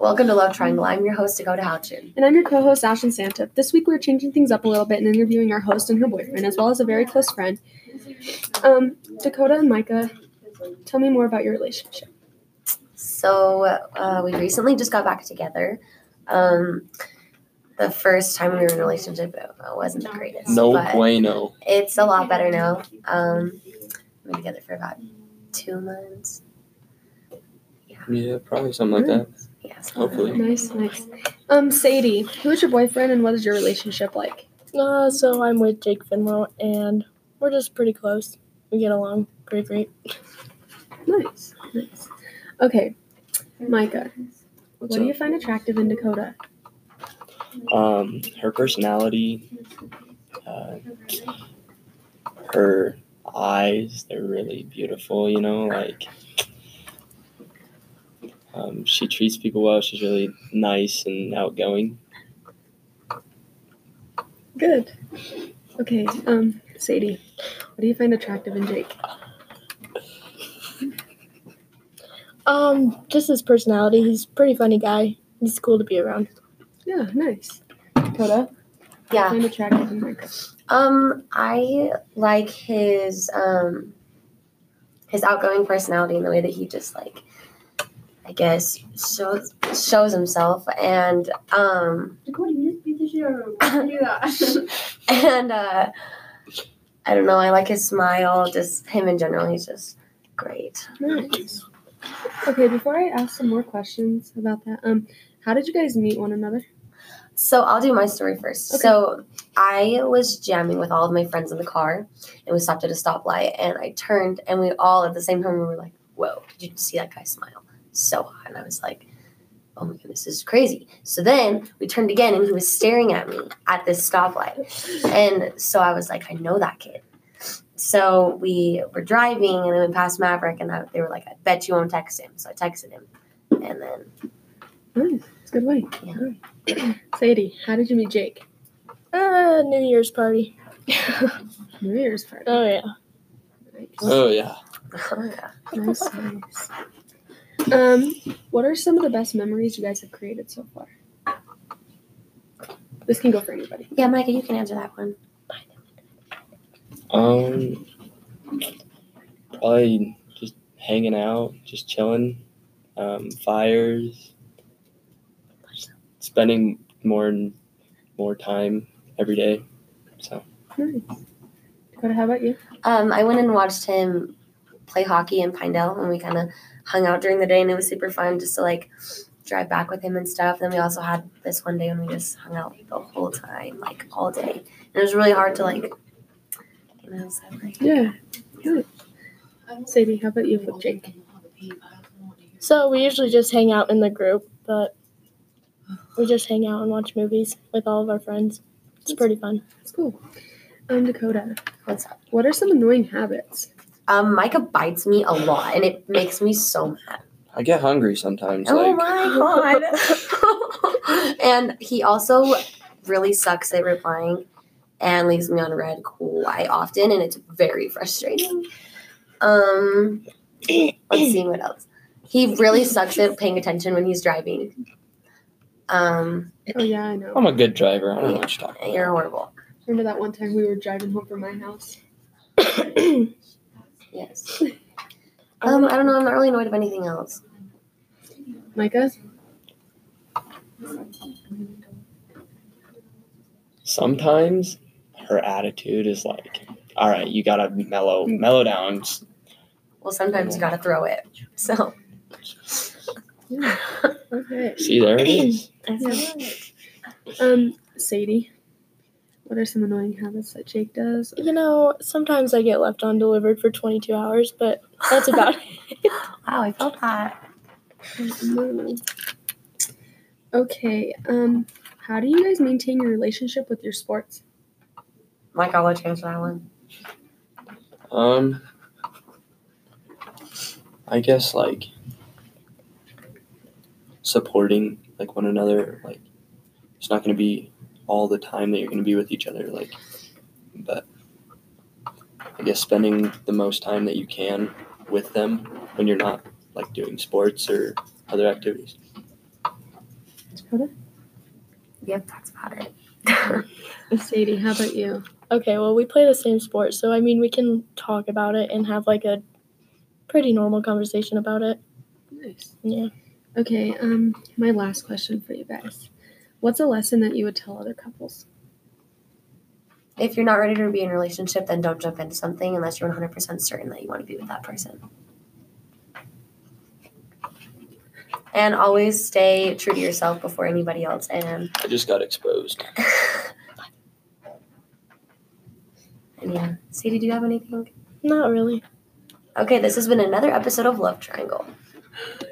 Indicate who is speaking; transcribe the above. Speaker 1: Welcome to Love Triangle. I'm your host, Dakota Houchin.
Speaker 2: And I'm your co host, Ashton Santa. This week we're changing things up a little bit and interviewing our host and her boyfriend, as well as a very close friend. Um, Dakota and Micah, tell me more about your relationship.
Speaker 1: So, uh, we recently just got back together. Um, the first time we were in a relationship, it wasn't the greatest.
Speaker 3: No
Speaker 1: but
Speaker 3: bueno.
Speaker 1: It's a lot better now. Um, we've been together for about two months.
Speaker 3: Yeah, probably something like that.
Speaker 1: Yes.
Speaker 3: Hopefully.
Speaker 2: Nice, nice. Um, Sadie, who is your boyfriend and what is your relationship like?
Speaker 4: Uh, so I'm with Jake Finwell, and we're just pretty close. We get along pretty great.
Speaker 2: Nice, nice. Okay, Micah, what do you find attractive in Dakota?
Speaker 5: um, her personality, uh, her eyes, they're really beautiful, you know, like um, she treats people well. She's really nice and outgoing.
Speaker 2: Good. Okay, um, Sadie, what do you find attractive in Jake?
Speaker 4: Um, just his personality. He's a pretty funny guy. He's cool to be around.
Speaker 2: Yeah, nice. Dakota,
Speaker 1: Yeah.
Speaker 2: find attractive in Micah.
Speaker 1: Um, I like his um his outgoing personality and the way that he just like I guess shows shows himself and um and uh I don't know, I like his smile, just him in general, he's just great.
Speaker 2: Nice. Okay, before I ask some more questions about that, um, how did you guys meet one another?
Speaker 1: So I'll do my story first.
Speaker 2: Okay.
Speaker 1: So I was jamming with all of my friends in the car, and we stopped at a stoplight, and I turned, and we all at the same time we were like, "Whoa! Did you see that guy smile so hot?" And I was like, "Oh my goodness, this is crazy." So then we turned again, and he was staring at me at this stoplight, and so I was like, "I know that kid." So we were driving, and I went past Maverick, and I, they were like, "I bet you won't text him." So I texted him, and then
Speaker 2: Nice, Mm, it's a good way. Sadie, how did you meet Jake?
Speaker 4: Uh, New Year's party.
Speaker 2: New Year's party.
Speaker 4: Oh yeah.
Speaker 2: Nice,
Speaker 5: uh,
Speaker 3: Oh yeah.
Speaker 2: nice, nice. Um, what are some of the best memories you guys have created so far? This can go for anybody.
Speaker 1: yeah, Micah, you can answer that one.
Speaker 5: Um, probably just hanging out, just chilling, um, fires, spending more and more time every day. So
Speaker 2: Nice. Dakota, how about you?
Speaker 1: Um, I went and watched him play hockey in Pinedale, and we kind of hung out during the day, and it was super fun just to like drive back with him and stuff. Then we also had this one day when we just hung out the whole time, like all day, and it was really hard to like. You know, so, like
Speaker 2: Yeah. Good. Sadie, how about you with Jake?
Speaker 4: So we usually just hang out in the group, but we just hang out and watch movies with all of our friends. It's pretty fun.
Speaker 2: That's cool. Um, Dakota,
Speaker 1: what's up?
Speaker 2: what are some annoying habits?
Speaker 1: Um, Micah bites me a lot, and it makes me so mad.
Speaker 3: I get hungry sometimes.
Speaker 1: Oh
Speaker 3: like
Speaker 1: my god! and he also really sucks at replying, and leaves me on red quite often, and it's very frustrating. Um, let's see what else. He really sucks at paying attention when he's driving. Um,
Speaker 2: Oh yeah, I know.
Speaker 3: I'm a good driver. I don't know what you're talking
Speaker 1: you're horrible.
Speaker 2: Remember that one time we were driving home from my house?
Speaker 1: Yes. Um, I don't know. I'm not really annoyed of anything else.
Speaker 2: Micah?
Speaker 5: sometimes her attitude is like, "All right, you gotta mellow, mellow down." Just-
Speaker 1: Well, sometimes you gotta throw it. So.
Speaker 2: Yeah. Okay.
Speaker 5: See, there it is.
Speaker 2: Um, Sadie. What are some annoying habits that Jake does?
Speaker 4: You know, sometimes I get left undelivered for 22 hours, but that's about it.
Speaker 1: Wow, I felt that.
Speaker 2: No. Okay. Um, how do you guys maintain your relationship with your sports?
Speaker 1: Mike, I'll let you answer that one.
Speaker 3: about. Um I guess like
Speaker 5: Supporting like one another, like it's not gonna be all the time that you're gonna be with each other, like, but I guess spending the most time that you can with them when you're not like doing sports or other activities.
Speaker 2: Dakota?
Speaker 1: Yep, that's about it.
Speaker 2: Sadie, how about you?
Speaker 4: Okay, well, we play the same sport, so I mean, we can talk about it and have like a pretty normal conversation about it.
Speaker 2: Nice.
Speaker 4: Yeah.
Speaker 2: Okay, um, my last question for you guys. What's a lesson that you would tell other couples?
Speaker 1: if you're not ready to be in a relationship, then don't jump into something unless you're 100% certain that you want to be with that person. And always stay true to yourself before anybody else. And,
Speaker 5: I just got exposed.
Speaker 1: and yeah, Sadie, do you have anything?
Speaker 4: Not really.
Speaker 1: Okay, this has been another episode of Love Triangle.